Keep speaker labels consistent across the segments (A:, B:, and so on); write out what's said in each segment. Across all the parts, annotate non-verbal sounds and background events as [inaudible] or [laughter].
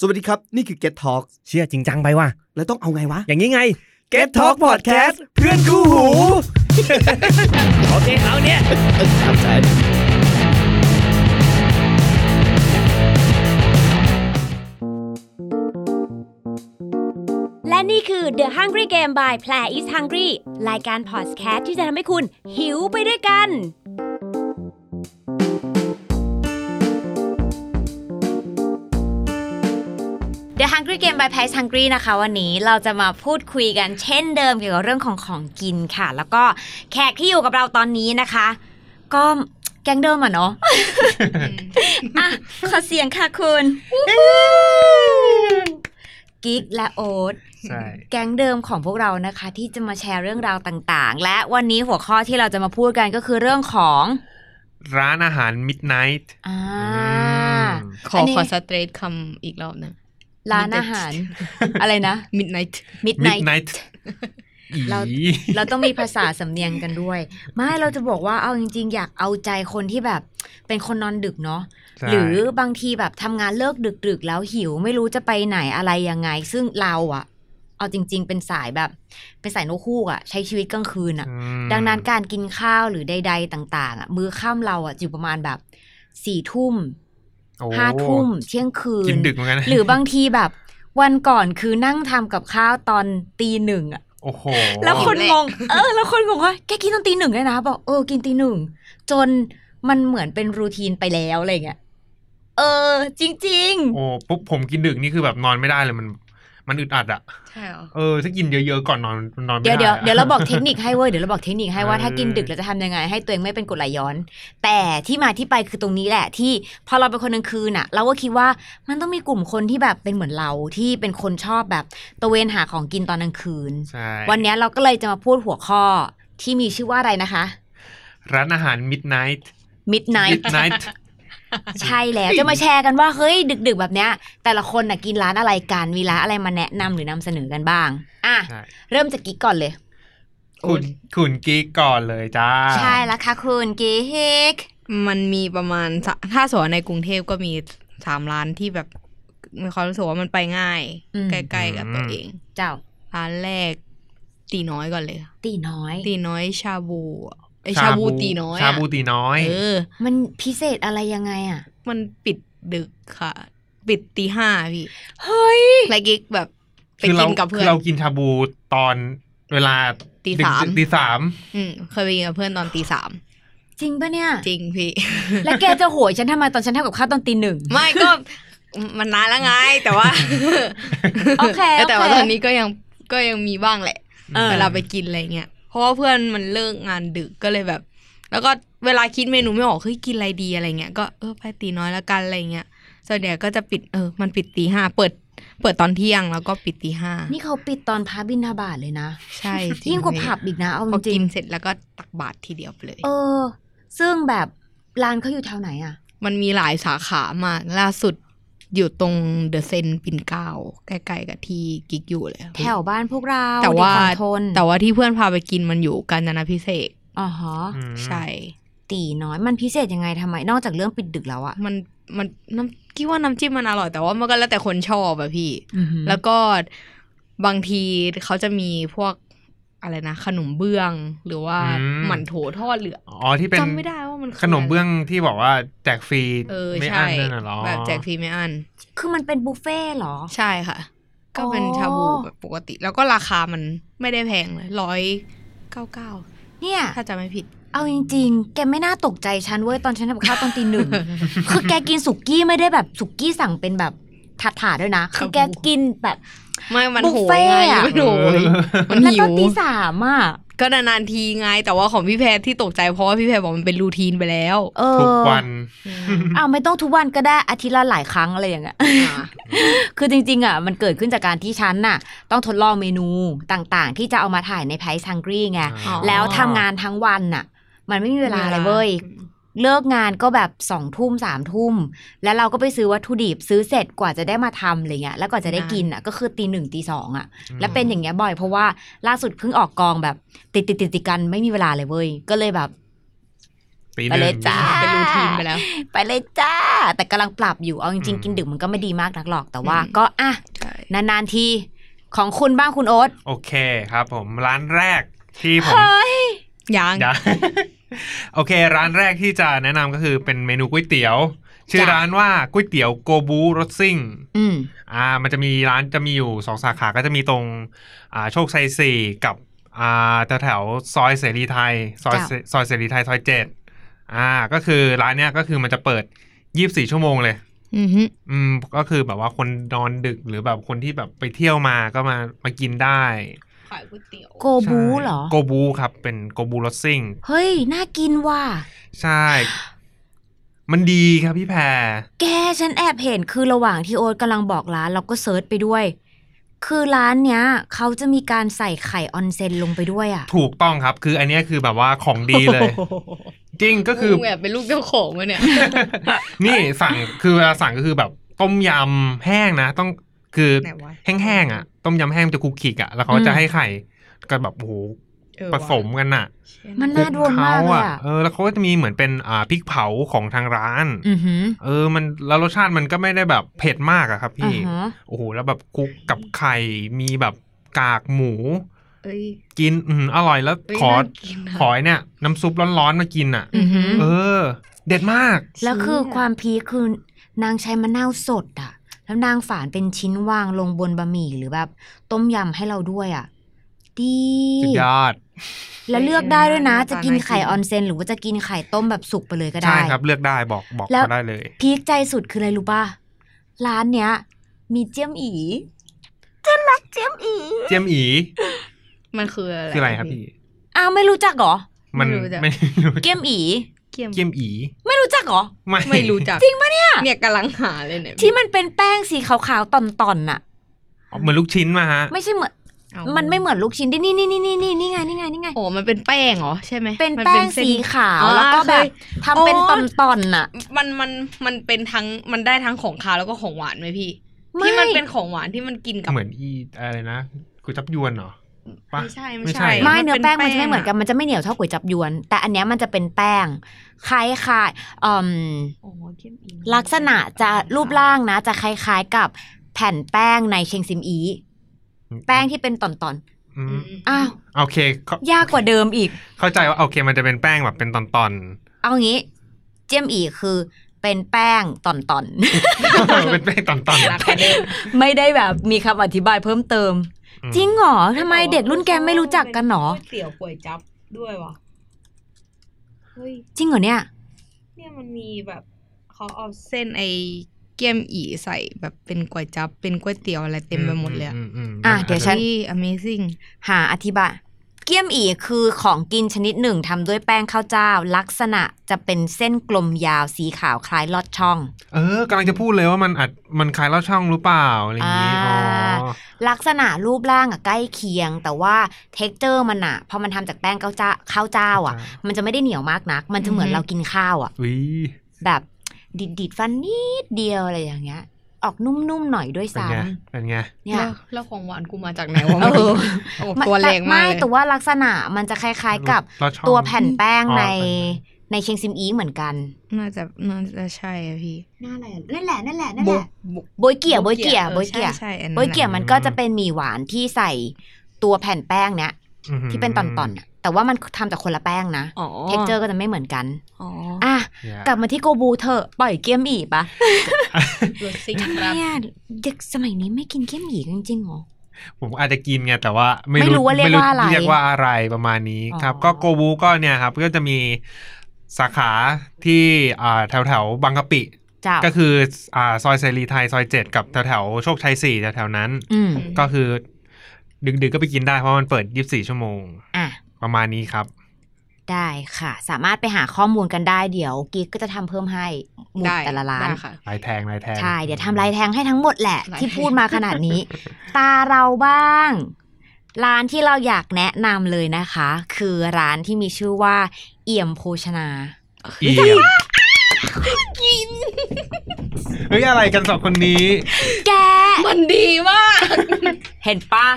A: สวัสดีครับ นี่คือ Get Talk
B: เชื่อจริงจังไปว่ะ
A: แล้วต้องเอาไงวะ
B: อย่างนี้ไง
A: Get Talk Podcast เพื่อนคู่หู
B: โอเคเอาเนี่ย
C: และนี่คือ The Hungry Game by Play is Hungry รายการพอดแคสต์ที่จะทำให้คุณหิวไปด้วยกัน The Hungry Game by Play is Hungry นะคะ วันนี้เราจะมาพูดคุยกันเช่นเดิมเกี่ยวกับเรื่องของของกินค่ะ แล้วก็แขกที่อยู่กับเราตอนนี้นะคะ ก็แก๊งเดิมอะเนาะ อ่ะขอเสียงค่ะคุณ กิ๊กและโอ๊ต
D: ใช่
C: แก๊งเดิมของพวกเรานะคะ ที่จะมาแชร์เรื่องราวต่างๆ และวันนี้หัวข้อที่เราจะมาพูดกันก็คือเรื่องของ
D: [laughs] ร้านอาหาร midnight
C: อ่า
D: อืม
E: ขออน
C: นี้
E: ขอสเตรทคำอีกรอบนะ
C: ร้านอาห [laughs] าร อะไร
D: [laughs]
C: นะ
E: midnight
C: midnight
D: midnight
C: [laughs] เรา
D: อี
C: เราต้องมีภาษาสำเนียงกัน
D: [laughs]
C: ด้วย ไม่เราจะบอกว่าเอาจริง ๆ อยากเอาใจคนที่แบบ เป็นคนนอนดึกเนาะ
D: ใช่
C: หรือบางทีแบบทำงานเลิกดึกๆ แล้วหิวไม่รู้จะไปไหนอะไรยังไง ซึ่งเราอะเอาจริง ๆ เป็นสายแบบ เป็นสายนกฮูกอะใช้ชีวิตกลางคืนอะ
D: ม
C: ดังนั้นการกินข้าวหรือใด ๆ ต่างๆอ่ะมื้อข้ามเราอ่ะอยู่ประมาณแบบสี่ทุ่ม
D: โอ้
C: ห้าทุ่มเที่ยงคื
D: กินดึกเหมือนกันนะ
C: หรือบางทีแบบ วันก่อนคือนั่งทำกับข้าวตอนตีหนึ่งอ่ะ
D: โอ้โห
C: แล้วคน
E: แหละ
C: งงเออ แล้วคนงงว่าแกกินตอนตีหนึ่งเลยนะ บอกเออกินตีหนึ่งจนมันเหมือนเป็นรูทีนไปแล้วอะไรเงี้ยเออ จริง
D: โอ้ปุ๊บผมกินดึกนี่คือแบบนอนไม่ได้เลยมัน มันอึดอัดอะ
E: ใช่เหรอ
D: เออถ้ากินเยอะๆก่อนนอนมันนอน
C: ๆ
D: ไม่
C: เดี๋ยว
D: ได้อะ
C: เดี๋ยวเดี๋ยวเราบอกเทคนิคให้เว้ยเดี๋ยวเราบอกเทคนิคให้ว่า
D: เออ
C: ถ้ากินดึกเราจะทำยังไง ให้ตัวเองไม่เป็นกรดไหลย้อน แต่ที่มาที่ไปคือตรงนี้แหละที่พอเราเป็นคนกลางคืนน่ะ เราก็คิดว่ามันต้องมีกลุ่มคนที่แบบเป็นเหมือนเราที่เป็นคนชอบแบบตะเวนหาของกินตอนกลางคืน
D: ใช่
C: วันเนี้ยเราก็เลยจะมาพูดหัวข้อที่มีชื่อว่าอะไรนะคะ
D: ร้านอาหาร midnight
C: Midnight [laughs]
D: midnight
C: ใช่แล้วจะมาแชร์กันว่าเฮ้ยดึก ๆ แบบเนี้ย แต่ละคนน่ะกินร้านอะไรกันมีร้านอะไรมาแนะนำหรือนำเสนอกันบ้างอ่ะ
D: ใช่
C: เริ่มจากกิ๊กก่อนเลย
D: คุณคุณกิ๊กก่อนเลยจ้า
C: ใช่แล้วค่ะคุณกิ๊ก
E: มันมีประมาณสะถ้าสวนในกรุงเทพก็มีสามร้านที่แบบมีความรู้สึกว่ามันไปง่าย
C: อืม
E: ใกล้ๆกับตัวเอง
C: เจ้า
E: ร้านแรก ตีน้อยก่อนเลยค่ะ
C: ตีน้อย
E: ตีน้อยชาบูอะเอ้ยชาบูตีน้อยอะ
D: ชาบูตีน้อย
E: เออ
C: มันพิเศษอะไรยังไงอ่ะ
E: มันปิดดึกค่ะ ปิดตีห้าพี่
C: เฮ้ย
E: ไรกิ๊กแบบไป
D: คือ
E: กิ
D: เรา
E: นกับเพื่
D: คื
E: อน
D: อเรากินชาบูตอนเวลา
E: ตีสาม
D: ดึกๆตีสาม
E: อืมเคยไปกินกับเพื่อนตอนตีสาม
C: จริงปะเนี่ย
E: จริงพี่
C: แล้วแกจะโหยฉันทำไมตอนฉันทำกับข้าวตอนตีหนึ่ง
E: ไม่ก็ [laughs] มันนานแล้วไง แต่ว่า
C: [laughs] โอเค
E: ออ [laughs] แต่ว่า
C: โอเค
E: ตอนนี้ก็ยังก็ยังมีบ้างแหละ
C: เออ
E: เวลาไปกินอะไรเงี้ยเพราะว่าเพื่อนมันเลิกงานดึกก็เลยแบบ แล้วก็เวลาคิดเมนูไม่ออกเฮ้ยกินอะไรดีอะไรเงี้ยก็เออไปตีน้อยละกันอะไรเงี้ยส่วนใหญ่ก็จะปิดเออมันปิดตีห้าเปิด เปิดตอนเที่ยงแล้วก็ปิดตีห้า
C: นี่เขาปิดตอนพระบินทบาทเลยนะ
E: ใช่จริ
C: ยิ่งกว่าผับอีกนะ เอา
E: พอ
C: จริ
E: กิ
C: ง
E: นเสร็จแล้วก็ตักบาตรทีเดียวไปเลย
C: ๆเออ ซึ่งแบบร้านเขาอยู่แถวไหนอ่ะ
E: มันมีหลายสาขามากล่าสุดอยู่ตรงเดอะเซนปิ่นเกล้าใกล้ๆกับที่กิ๊กอยู่เลย
C: แถวบ้านพวกเรา
E: แต่ว่า
C: เด็กฝั่งทน
E: แต่ว่าที่เพื่อนพาไปกินมันอยู่กาญจนาพิเศษก
C: อ๋อฮะ
D: อืม
E: ใช่
C: ตีน้อยมันพิเศษยังไงทำไม นอกจากเรื่องปิดดึกแล้วอ่ะ
E: มันมันน้ำคิดว่าน้ำจิ้มมันอร่อย แต่ว่ามันก็แล้วแต่คนชอบอะพี่
C: อือหือ
E: แล้วก็บางทีเขาจะมีพวกอะไรนะ ขนมเบื้อง หรือว่า
D: อืม
E: หมั่นโถทอดเหลือ
D: อ๋อที่เป็น
E: จำไม่ได้ว่ามันคื
D: ขนมเบื้องที่บอกว่าแจกฟรี
E: เออ
D: ไม่
E: ใช่
D: อั้นนั่นน่ะเหรอ
E: แบบแจกฟรีไม่อั้น
C: คือมันเป็นบุฟเฟ่ต์เหรอ
E: ใช่ค่ะ ก็เป็น
C: อ๋อ
E: ชาบูแบบปกติ แล้วก็ราคามันไม่ได้แพงเลยร้อยเก้าเก้า
C: เนี่ย
E: ถ้าจะไม่ผิด
C: เอาจริงๆ แกไม่น่าตกใจฉันเว้ยตอนฉันทำข้าวตอนตีหนึ่ง [laughs] คือแกกินสุกี้ไม่ได้แบบสุกี้สั่งเป็นแบบถาดถาดๆด้วยนะ คือแกกินแบบ
E: ไม่มัน
C: บุฟ
E: โห
C: เฟ่
E: ยไง
C: อะ
E: มันโหยมัน
C: แล้ว
E: หิ
C: ตอ
E: วน
C: ตีสามอ่ะ
E: ก็นานๆทีไง แต่ว่าของพี่แพรที่ตกใจเพราะว่าพี่แพรบอกมันเป็นรูทีนไปแล้ว
C: เออ
D: ทุกวัน
C: อ้าวไม่ต้องทุกวันก็ได้อาทิตย์ละหลายครั้งอะไรอย่างเงี้ย [laughs] คือจริงๆอ่ะมันเกิดขึ้นจากการที่ฉันน่ะ ต้องทดลองเมนูต่างๆ ที่จะเอามาถ่ายในไพซ์ซังกรีไง
D: อ๋อ
C: แล้วทำงานทั้งวันน่ะ มันไม่มีเวลาเลยเว้ย เลิกงานก็แบบสองทุ่มสามทุ่ม แล้วเราก็ไปซื้อวัตถุดิบซื้อเสร็จกว่าจะได้มาทำอะไรเงี้ยแล้วกว่าจะได้กินอ่ะก็คือตีหนึ่งตีสองอ่ะ และเป็นอย่างเงี้ยบ่อยเพราะว่าล่าสุดเพิ่งออกกองแบบ ติดติดติดติดกันไม่มีเวลาเลยเว้ย ก็เลยแบบ
D: ตีห
C: ไปเล
D: นึ่
C: ย
D: ง
C: จ้า
E: เป็นรูทีนไปแล้ว
C: ไปเลยจ้า แต่กำลังปรับอยู่เอาจริง
D: อืม
C: ๆกินดึกมันก็ไม่ดีมากนักหรอกแต่ว่า
E: อืม
C: ก็อ่ะ
E: ใช่
C: นานๆทีของคุณบ้างคุณโอ๊ต
D: โอเคครับผมร้านแรกที่ผม
C: เฮ้ย
E: ยัง
D: อย่า [laughs] โอเค ร้านแรกที่จะแนะนำก็คือเป็นเมนูก๋วยเตี๋ยว ชื่อร้านว่าก๋วยเตี๋ยวโกบูรสซิ่ง
C: อืม
D: อ่ามันจะมีร้านจะมีอยู่สองสาขาก็จะมีตรงอ่าโชคชัยสี่กับอ่าแถวแถวๆซอยเสรีไทยซอย
C: จ้ะ
D: เสซอยเสรีไทยซอยเจ็ดอ่าก็คือร้านเนี้ยก็คือมันจะเปิดยี่บสี่ชั่วโมงเลย
E: อือฮึ
D: อืมก็คือแบบว่าคนนอนดึกหรือแบบคนที่แบบไปเที่ยวมาก็มามากินได้
E: ขายก๋วยเตี๋ยว
C: โกบูเหรอ
D: โกบูครับเป็นโกบูรสซิ่ง
C: เฮ้ย น่ากินว่ะ
D: ใช่ มันดีครับพี่แพร
C: แกฉันแอบเห็นคือระหว่างที่โอ๊ตกำลังบอกร้านเราก็เซิร์ชไปด้วย คือร้านเนี้ย เขาจะมีการใส่ไข่ออนเซนลงไปด้วยอ่ะ
D: ถูกต้องครับ คืออันเนี้ยคือแบบว่าของดีเลย
C: [laughs]
D: จริงก็คือ
E: มึงแบบเป็นลูกเจ้าของวะเนี่ย
D: นี่สั่งคือเวลาสั่งก็คือแบบต้มยำแห้งนะ ต้องคือ
E: ไหนวะ
D: แห้งๆอ่ะ ต้มยำแห้งจะคลุกคลิกอ่ะ แล้วเขา
C: อืม
D: จะให้ไข่ก็แบบโอ้โห
E: เออ
D: ผ
E: ว่ะ
D: สมกันอ่ะ
C: มันน่าดวนมาก
D: คลุ
C: เล
D: เข
C: ย
D: อ่ะ
C: อ่ะ
D: เออแล้วเขาก็จะมีเหมือนเป็นอ่าพริกเผาของทางร้าน
C: อือหือ
D: เออมันแล้วรสชาติมันก็ไม่ได้แบบเผ็ดมากอะครับ
C: อ่า
D: พี่
C: ฮะ
D: โอ้โหแล้วแบบคลุกกับไข่มีแบบกากหมู
E: เอ้ย
D: กินอืมอร่อยแล้ว
E: เย
D: ขอ
E: น่ากินนะ
D: ขอไอ้เนี่ย น้ำซุปร้อนๆมากินอ่ะ
C: อือหือ
D: เออ เด็ดมาก
C: แล้วคือ
E: เชี่ย
C: ความพีคคือนางใช้มะนาวสดอ่ะ แล้วนางฝานเป็นชิ้นวางลงบนบะหมี่หรือแบบ ต้มยำให้เราด้วยอ่ะ ดี
D: สุดยอด
C: แล้วเลือกได้ด้วยนะ
E: เออ
C: จะกินไข่
E: น่ากิน
C: ออนเซนหรือว่าจะกินไข่ต้มแบบสุกไปเลยก็ได้
D: ใช่ครับเลือกได้บอกบอก
C: แล้ว
D: เขาได้เลย
C: พีคใจสุดคืออะไรรู้ป่ะ ร้านเนี้ย มีเจียมอีเจียมอี
D: เจียมอี
E: มันคืออะไร
D: คืออะไรครับพี่
C: อ้าวไม่รู้จักเหรอ
D: มัน
E: ไม่รู้จัก
D: ไม่รู้
C: เกียมอี
E: เกี๊ยม
D: เจียมอี
C: ไม่รู้จักเหรอ
D: ไม่
E: ไม่รู้จัก จริงปะเนี่ย เนี่ยกำลังหาเลยเนี่ย
C: ที่มันเป็นแป้งสีขาวๆตอนๆน่ะ
D: อ๋อเหมือนลูกชิ้นมาฮะ
C: ไม่ใช่เหมือน
E: เอา
C: มันไม่เหมือนลูกชิ้นดินี่นี่นี่นี่นี่นี่ไงนี่ไงนี่ไง
E: โอ้มันเป็นแป้งเหรอใช่ไหม
C: เป็น
E: มั
C: แป้ง
E: เน
C: สีขาว
E: อ๋อ
C: แล้วก็แบบ
E: เคย
C: ทำเป็น
E: โอ๊
C: ต
E: ย
C: อนๆน่ะ
E: มันมันมันเป็นทั้งมันได้ทั้งของคาวแล้วก็ของหวานไหมพี่
C: ไม่
E: ที่มันเป็นของหวานที่มันกินกับ
D: เหมือนอีอะไรนะกูจับยวนเหรอปะ
E: ไม่ใช่
D: ไม่
E: ไม่
D: ใช่
E: ใช่
C: ไม่เนื้อแป้ง
E: ป็
C: มันจะไม่เหมือนกันมันจะไม่เหนียวเท่าก๋วยจับยวน แต่อันเนี้ยมันจะเป็นแป้งคล้ายคายๆเอ่ม
E: โอ้เกี๊ยมอี
C: ลักษณะจะรูปร่างนะ จะคล้ายๆกับแผ่นแป้งในเชยงซิมอี แป้งที่เป็นตอน
D: อื
E: อื
D: ม
E: ม
C: ๆอ้าว
D: โอเคเข้าย
C: ากกว่าเดิมอีก
D: เข้าใจว่าโอเคมันจะเป็นแป้งแบบเป็นต
C: [laughs]
D: อน
C: เอางี้ เจียมอีคือเป็นแป้งตอน
D: ๆ เป็นแป้งตอน
E: รักกันเดิม
C: ๆ ไม่ได้แบบมีคำอธิบายเพิ่มเติม
D: ๆอืม
C: จริงเหรอทำไมเด็กรุ่นแกไม่รู้จักกันหนอ
E: ก๋วยเตี๋ยวก๋วยจั๊บด้วยวะเฮ้ย
C: จริงเหรอเนี่ย
E: เนี่ยมันมีแบบเขาเอาเส้นไอเกี๊ยมอีใส่แบบเป็นก๋วยจั๊บเป็นก๋วยเตี๋ยวอะไรเต็มไปหมดเลยอะ
D: อืมอืม
C: อ่ะ
D: มัน
C: เดี๋ยวฉัน
E: ที่ amazing
C: หาอธิบาย เกี๊ยมอีคือของกินชนิดหนึ่งทำด้วยแป้งข้าวเจ้า ลักษณะจะเป็นเส้นกลมยาวสีขาวคล้ายลอดช่อง
D: เออกำลังจะพูดเลยว่ามันอัดมันขายเล่าช่องหรือเปล่าอะไรอย่างงี้อ๋อ
C: ลักษณะรูปร่างอะใกล้เคียง แต่ว่าเท็กเจอร์มันอะพอมันทำจากแป้งข้าวเจ้าข้าวเจ้าอะมันจะไม่ได้เหนียวมากนัก มันจะเหมือน
E: อือฮึ
C: เรากินข้าวอะ
D: อุ้ย
C: แบบดิดดิดๆฟันนิดเดียวอะไรอย่างเงี้ย ออกนุ่มๆหน่อยด้วย
D: เป็น
C: ซ้
D: ไงเป็นไง
C: ำเนี่ย
E: แล้วแล้วของหวานกูมาจากไหนวะ
C: เออ
E: โอ้โหตัวแรงมาก
C: ไม่
E: เลย
C: แต่ว่าลักษณะมันจะคล้าย ๆ กับ
D: ลอดช่อง
C: ตัวแผ่นแป้ง
D: อ๋อ
C: ใน
D: แผ่นแป้ง
C: ในเชียงซิมอีเหมือนกัน
E: น่าจะน่าจะใช่อะพี่
C: หน้าอะไรอะนั่นแหละนั่นแหละนั่นแหละ
E: บุก
C: โบยเกี่ยโบยเกี่ยโบยเกี่ย
E: ใช่ใช่อันนั้น
C: โบยเกี่ย
E: แหละ
C: มันก็จะเป็นหมี่หวานที่ใส่ตัวแผ่นแป้งเนี้ย
D: อืม
C: ที่เป็นตอนๆน่ะแต่ว่ามันทำจากคนละแป้งนะ
E: อ๋อ
C: เท็กเจอร์ก็จะไม่เหมือนกัน
E: อ๋อ
C: อ่ะ
D: Yeah
C: กลับมาที่โกบูเธอะปล่อยเกี๊ยมอีปะ
E: รสซิ่ง
C: ทำ
E: ค
C: ไม
E: รับ
C: อะเด็กสมัยนี้ไม่กินเกี๊ยมอีกันจริงๆเหรอ
D: ผมอาจจะกินไงแต่ว่าไม่
C: ไม่รู้ว่าเรียก
D: ม่
C: ว่าอะไร
D: เรียกว่าอะไรประมาณนี้
C: อ๋อ
D: ครับ ก็โกบูก็เนี่ยครับ ก็จะมีสาขาที่แถวแถวๆบางกะปิ
C: จ้า
D: ก็คืออ่าซอยเสรีไทยซอยเจ็ดกับแถวแถวๆโชคชัยสี่แถวๆนั้น
C: อืม
D: ก็คือ ดึกๆก็ไปกินได้เพราะมันเปิดยี่สิบสี่ชั่วโมง
C: อ่ะ
D: ประมาณนี้ครับ
C: ได้ค่ะ สามารถไปหาข้อมูลกันได้เดี๋ยวกิ๊กก็จะทำเพิ่มให้หมุด
E: ได้
C: แต่ละร้าน
E: ได้ค่ะ
D: ลายแทงลายแทง
C: ใช่ เดี๋ยวทำลายแทงให้ทั้งหมดแหละ
D: [laughs]
E: ลายแทง
C: ที่พูดมาขนาดนี้ ตาเราบ้าง ร้านที่เราอยากแนะนำเลยนะคะ คือร้านที่มีชื่อว่า เอี่ยมโภชนา
D: เอียบเฮ้ยอะไรกันสองคนนี้
C: แก
E: มันดีมาก
C: เห็นปะ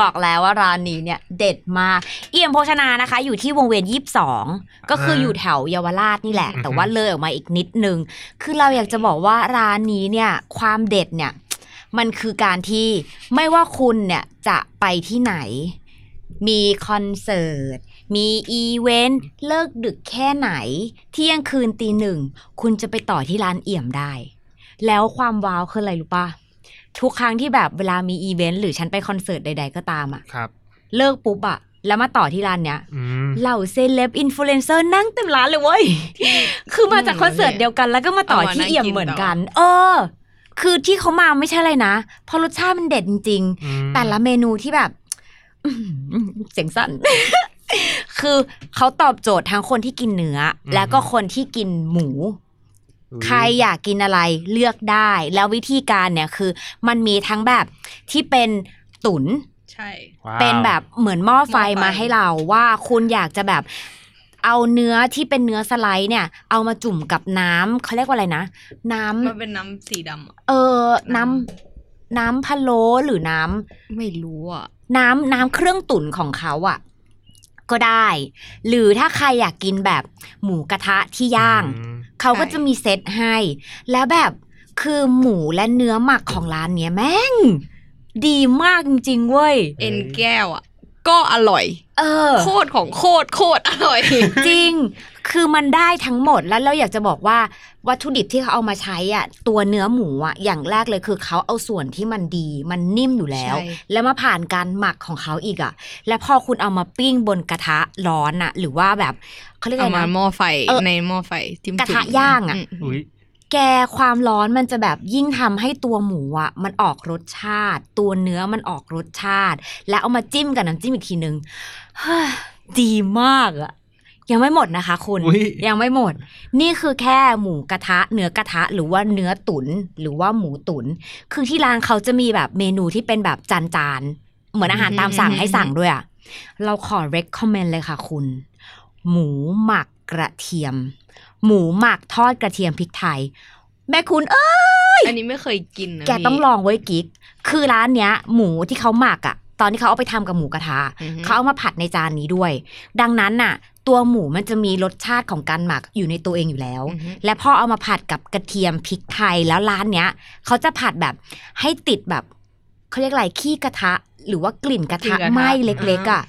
C: บอกแล้วว่าร้านนี้เนี่ยเด็ดมาก เอี่ยมโภชนานะคะ อยู่ที่วงเวียน 22 ก็คืออยู่แถวเยาวราชนี่แหละ
D: อือฮึ
C: แต่ว่าเลยออกมาอีกนิดนึง คือเราอยากจะบอกว่าร้านนี้เนี่ยความเด็ดเนี่ย มันคือการที่ไม่ว่าคุณเนี่ยจะไปที่ไหน มีคอนเสิร์ต มีอีเวนต์ เลิกดึกแค่ไหน เที่ยงคืนตีหนึ่ง คุณจะไปต่อที่ร้านเอี่ยมได้ แล้วความว้าวคืออะไรรู้ป่ะ ทุกครั้งที่แบบเวลามีอีเวนต์หรือฉันไปคอนเสิร์ตใด ๆ ก็ตามอะ
D: ครับ
C: เลิกปุ๊บอะแล้วมาต่อที่ร้านเนี้ย
D: อืม
C: เหล่าเซเลบอินฟลูเอนเซอร์นั่งเต็มร้านเลยเว้ย คือมาจากคอนเสิร์ตเดียวกันแล้วก็มาต่อที่เอี่ยมเหมือนกัน เออ คือที่เขามาไม่ใช่อะไรนะ เพราะรสชาติมันเด็ดจริง
D: อืม
C: ๆ แต่ละเมนูที่แบบ เสียงสั่น [laughs] คือเขาตอบโจทย์ทั้งคนที่กินเนื้ออ
D: ม
C: แล้วก็คนที่กินหมู ใครอยากกินอะไรเลือกได้ แล้ววิธีการเนี่ยคือ มันมีทั้งแบบที่เป็นตุ๋น
E: ใช่
D: ว้าว
C: เป็นแบบเหมือนหม้อไฟ
E: หม้อไฟ
C: มาให้เราว่าคุณอยากจะแบบเอาเนื้อที่เป็นเนื้อสไลด์เนี่ย เอามาจุ่มกับน้ำเขาเรียกว่าอะไรนะ น้ำ
E: มันเป็นน้ำสีดำอะ
C: เออน้ำน้ำพะโล้หรือน้ำ
E: ไม่รู้อ่ะ
C: น้ำน้ำเครื่องตุ๋นของเขาอะก็ได้ หรือถ้าใครอยากกินแบบหมูกระทะที่ย่าง
D: อืม
C: เขาก็
E: ใช่
C: จะมีเซตให้ แล้วแบบคือหมูและเนื้อหมักของร้านเนี้ยแม่ง ดีมากจริงๆเว้ย
E: เอ็นแก้วอ่ะ ก็อร่อย
C: เออ
E: โคตรของโคตรโคตรอร่อย
C: [laughs] จริง คือมันได้ทั้งหมดแล้วเราอยากจะบอกว่าวัตถุดิบที่เขาเอามาใช้อ่ะตัวเนื้อหมูอ่ะอย่างแรกเลยคือเขาเอาส่วนที่มันดี มันนิ่มอยู่แล้ว
E: ใช่
C: แล้วมาผ่านการหมักของเขาอีกอ่ะ แล้วพอคุณเอามาปิ้งบนกระทะร้อนอ่ะ หรือว่าแบบเขาเรียกอะ
E: เอา
C: ไร
E: มา
C: นะ
E: หม้อไฟ
C: เออ
E: ในหม้อไฟจิ้ม
C: กระทะ
E: จุ่ม
C: ย่างอะ
E: ม
D: อุ้ย
C: แกความร้อนมันจะแบบยิ่งทำให้ตัวหมูอ่ะมันออกรสชาติ ตัวเนื้อมันออกรสชาติ แล้วเอามาจิ้มกับน้ำจิ้มอีกทีนึง [sighs] เฮ้ยดีมากอ่ะ ยังไม่หมดนะคะคุณ
D: อุ๊ย
C: ยังไม่หมด นี่คือแค่หมูกระทะ เนื้อกระทะหรือว่าเนื้อตุน๋นหรือว่าหมูตุน๋นคือที่ร้านเขาจะมีแบบเมนูที่เป็นแบบจานจานๆเหมือนอาหารตามสั่ง
E: อืม
C: ให้สั่งด้วยอ่ะ เราขอ recommend เลยค่ะคุณ หมูหมักกระเทียม หมูหมักทอดกระเทียมพริกไทย แม่คุณเอ้ย
E: อันนี้ไม่เคยกินนะ
C: แกต้องลองไว้ยกิ๊ก คือร้านเนี้ย หมูที่เขาหมักอ่ะ ตอนที่เขาเอาไปทำกับหมูกระทะ
E: อือฮึ
C: เขาเอามาผัดในจานนี้ด้วย ดังนั้นน่ะ ตัวหมูมันจะมีรสชาติของการหมักอยู่ในตัวเองอยู่แล้ว
E: อือฮึ
C: และพอเอามาผัดกับกระเทียมพริกไทยแล้วร้านเนี้ยเขาจะผัดแบบให้ติดแบบเขาเรียกอะไรขี้กระทะ หรือว่ากลิ่นกระ
E: กลิ่
C: ทะ
E: นกระทะ
C: ไหม้เล็กๆอ่ะ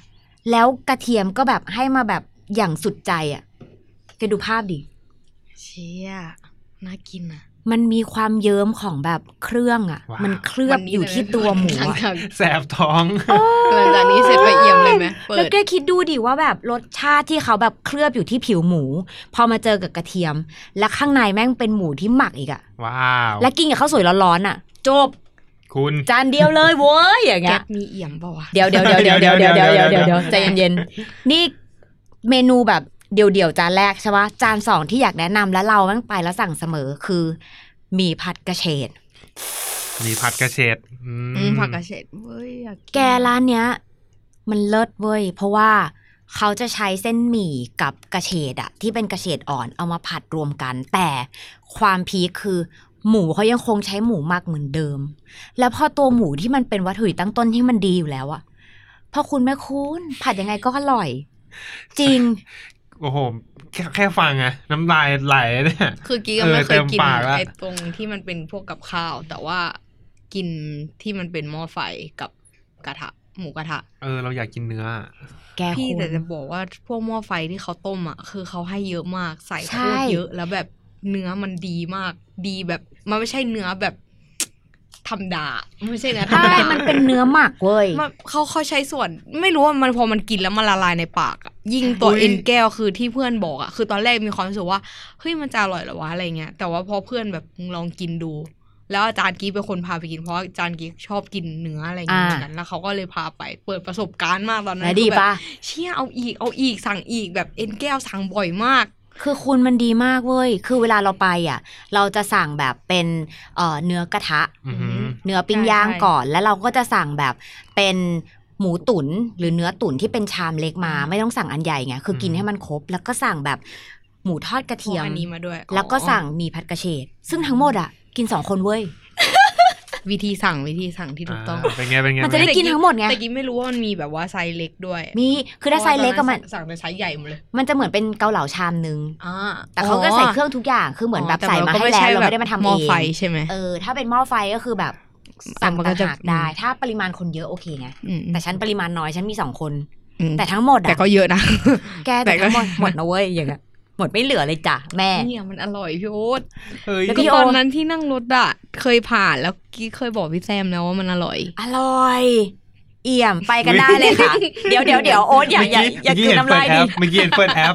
C: แล้วกระเทียมก็แบบให้มาแบบอย่างสุดใจอ่ะแกดูภาพดิ
E: เชี่ยน่ากินอ่ะ
C: มันมีความเยิ้มของแบบเครื่องอ่ะ
D: ว้าว
C: มันเคลือบอยู่ที่ตัวหมู
E: หลัง
C: อะ
E: จาก
D: แสบท้อง
E: หลังจากนี้เสร็จไปเอี่ยมเลยไหมเปิ
C: แล้ว
E: ด
C: แก็คิดดูดิว่าแบบรสชาติที่เขาแบบเคลือบอยู่ที่ผิวหมู พอมาเจอกับกระเทียม แล้วข้างในแม่งเป็นหมูที่หมักอีกอะ
D: ว้าว
C: แล้วกินกับข้าวสวยร้อนๆอะจบ
D: คุณ
C: จานเดียวเลยโว้ยอย่างเงี้
E: แก๊
C: ย
E: ปมีเอี่ยมเปล่าวะ
C: เดี๋ยวเดี๋ยวเดี๋ยวเดี๋ยวเดี๋ยวเดี๋ยวเดี๋ยวเดี๋ยวเดี๋ยวเดี๋ยวใจเย็นๆนี่เมนูแบบเดี่ยวๆจานแรกใช่ปะจานสองที่อยากแนะนำแล้วเราแม่งไปแล้วสั่งเสมอคือหมีผัดกระเฉด
D: มีผัดกระเฉดอืม
E: อืมผักกระเฉดเว้ยอยาน
C: แกร้านเนี้ย มันเลิศเว้ย เพราะว่าเขาจะใช้เส้นหมี่กับกระเฉดอะที่เป็นกระเฉดอ่อนเอามาผัดรวมกัน แต่ความพีคคือ หมูเขายังคงใช้หมูหมักเหมือนเดิม แล้วพอตัวหมูที่มันเป็นวัตถุดิบตั้งต้นที่มันดีอยู่แล้วอะพอคุณแม่คุณผัดยังไงก็อร่อย จริง
D: โอ้โห แค่แค่ฟังอะน้ำลายไหลเนี่ย
E: คือกี้ก็ไม่เคยกิ
D: เออเต็
E: น
D: มปากละ
E: ไอ้ตรงที่มันเป็นพวกกับข้าว แต่ว่ากินที่มันเป็นหม้อไฟกับกระทะหมูกระทะ
D: เออ เราอยากกินเนื้อ
C: แก
E: พี่
C: คุณ
E: แต่จะบอกว่าพวกหม้อไฟที่เขาต้มอ่ะคือเขาให้เยอะมากใส่
C: ใช่
E: โคตรเยอะแล้วแบบเนื้อมันดีมาก ดีแบบ มันไม่ใช่เนื้อแบบธรรมดาไม่ใช่เนื้อธรรม
C: ใช่
E: ดา
C: มันเป็นเนื้อหมักเว้
E: [laughs]
C: ย
E: มันเขาเขาใช้ส่วน ไม่รู้ว่ามันพอมันกินแล้วมันละลายในปากอะยิ่งตัว
D: อุ๊ย
E: เอ็นแก้วคือที่เพื่อนบอกอ่ะคือตอนแรกมีความรู้สึกว่าเฮ้ยมันจะอร่อยเหรอวะอะไรเงี้ยแต่ว่าพอเพื่อนแบบมึงลองกินดู แล้วอาจารย์กี้เป็นคนพาไปกินเพราะอาจารย์กี้ชอบกินเนื้ออะไรอย่างเงี้ยเหมือนกันแล้วเขาก็เลยพาไปเปิดประสบการณ์มากตอนนั้
C: และ
E: น
C: ดี
E: คือแบบ
C: ปะ
E: เชี่ยเอาอีกเอาอีกสั่งอีกแบบเอ็นแก้วสั่งบ่อยมาก
C: คือคุณมันดีมากเว้ย คือเวลาเราไปอ่ะ เราจะสั่งแบบเป็นเอ่อเนื้อกระทะ
D: อือหือ
C: เนื้อปิ้งย่าง
E: ใช่ใช่
C: ก่อน แล้วเราก็จะสั่งแบบเป็นหมูตุ๋นหรือเนื้อตุ๋นที่เป็นชามเล็กมา
E: อืม
C: ไม่ต้องสั่งอันใหญ่ไง คืออ
D: ม
C: กินให้มันครบ แล้วก็สั่งแบบหมูทอดกระเทีย
E: พ
C: ม
E: กอันนี้มาด้วย
C: แล้วก็สั่งหมีผัดกระเฉด ซึ่งทั้งหมดอ่ะ กินสองคนเว้ย
E: วิธีสั่งวิธีสั่งที่ถูกต้อง
D: าเป็นไงเป็นไง
C: มันจะได้
D: เป็ไง
C: กินทั้งหมดไง
E: แต่กี้ไม่รู้ว่ามันมีแบบว่าไซส์เล็กด้วย
C: มีคือถ้าไซส์เล็กก็มัน
E: พราะว่าตอสั่งเป็นไซส์ใหญ่หมดเลย
C: มันจะเหมือนเป็นเกาเหลาชามนึง
E: อ่า
C: แต่เขาก็ใส่เครื่องทุกอย่างคือเหมือนแบบใส่มาให้แล้วเราไม่ได้มาทำ
E: ห
C: เอ
E: ม้อไฟ
C: ง
E: ใช่ไหม
C: เออ ถ้าเป็นหม้อไฟก็คือแบบสั่ง
E: มันก็
C: ต่าง
E: จะ
C: หากได้ ถ้าปริมาณคนเยอะโอเคไง
E: ม
C: แต่ฉันปริมาณน้อยฉันมีสองคน
E: อืม
C: แต่ทั้งหมด
E: แต่
C: อะ
E: ก็เยอะนะ
C: แก
E: แต่
C: แต่
E: ก็
C: ทั้งหมดหมดนะเว้ยอย่างเงี้ยหมดไม่เหลือเลยจ้ะแม่
E: เนี่ยมันอร่อยพี่โอ๊ต
D: เอ้ย
E: แล้ว
C: พี่
E: ก็
C: โอ๊
E: ตอ
C: ต
E: นนั้นที่นั่งรถอะเคยผ่านแล้วกี้เคยบอกพี่แซมแล้วว่ามันอร่อย
C: อร่อย เอี่ยมไปกันได้เลย [laughs] ค่ะ เดี๋ยวเดี๋ยวเดี๋ยวโอ๊ตอย่าอย่าอย่า
D: เมื่
C: คืนน้ำลายดิ
D: เมื่อกี้เห็นเปิดแอป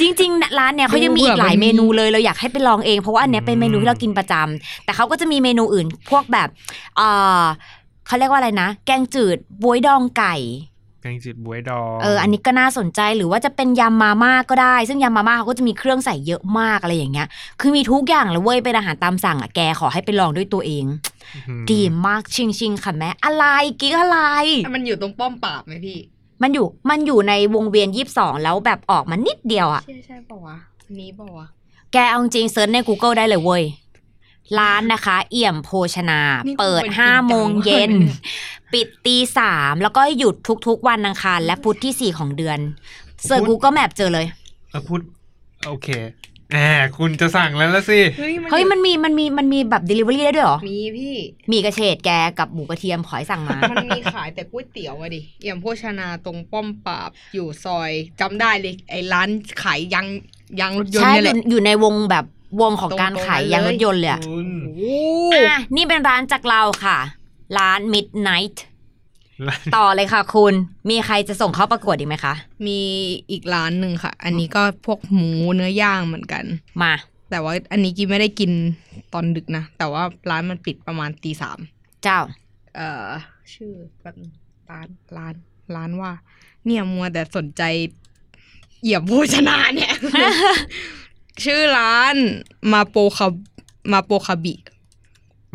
C: จริงๆ ร้านเนี่ยเขายังมีอีกหลายเมนูเลยเราอยากให้ไปลองเองเพราะว่าอันเนี้ยเป็นเมนูที่เรากินประจำแต่เขาก็จะมีเมนูอื่นพวกแบบเออเขาเรียกว่าอะไรนะ แกงจืดบวยดองไก่
D: แกงจืดบวยดอง
C: เอออันนี้ก็น่าสนใจหรือว่าจะเป็นยำมาม่าก็ได้ ซึ่งยำมาม่าเขาก็จะมีเครื่องใส่เยอะมากอะไรอย่างเงี้ย คือมีทุกอย่างเลยเว้ยเป็นอาหารตามสั่งอ่ะแกขอให้ไปลองด้วยตัวเอง
D: อืม
C: ดีมากชิงชิงๆค่ะแม่อะไรกิ๊กอะไร
E: มันอยู่ตรงป้อมปราบไหมพี่
C: มันอยู่มันอยู่ในวงเวียนยี่สิบสองแล้วแบบออกมานิดเดียวอะ
E: ใช่ใช่ป่าวะอันนี้ป่าวะ
C: แกเอาจริงเซิร์ชใน Google ได้เลยเว้ย ร้านนะคะ เอี่ยมโภชนา
E: นี่
C: เปิด
E: คุณเป็น
C: ห้าโมงเย็น
E: จริงจังมากเลยเนี่
C: ปิดตีสามแล้วก็หยุดทุกๆ วันอังคาร และพุธที่สี่ของเดือน เสิร์ช Google Map เจอเลย
D: แล้วพูด โอเคแหมคุณจะสั่งแล้วละสิ
C: เฮ้ย มันมีมันมีมันมีแบบ Delivery ได้ด้วยเหรอ
E: มีพี่
C: มีกระเฉดแกกับหมูกระเทียมขอยสั่งมา
E: มันมีขายแต่ก๋วยเตี๋ยวอะดิเอี่ยมโภชนาตรงป้อมปราบอยู่ซอยจำได้เลย ไอ้ร้านขายยางยางรถยน
C: ใช่
E: ต์เนี่ย
C: อ
E: แหละ
C: ยู่อยู่ในวงแบบวงของการ
E: ตรงๆ
C: ขาย
E: เลย
C: ยางรถยนต์เลยอะ
D: คุณ
E: โอ้โห
C: อ่ะนี่เป็นร้านจากเราค่ะ ร้าน Midnight
D: ร้าน
C: ต่อเลยค่ะคุณ มีใครจะส่งเข้าประกวดอีกไหมคะ
E: มีอีกร้านหนึ่งค่ะ อันนี้ก็พวกหมูเนื้อย่างเหมือนกัน
C: มา
E: แต่ว่าอันนี้กินไม่ได้กินตอนดึกนะ แต่ว่าร้านมันปิดประมาณตีสาม
C: เจ้า
E: เอ่อ ชื่อแบบนึงร้านร้านร้านว่า เนี่ยมัวแต่สนใจเหยียบโภชนาเนี่ย [laughs] ชื่อร้านมาโปคามาโปคาบิ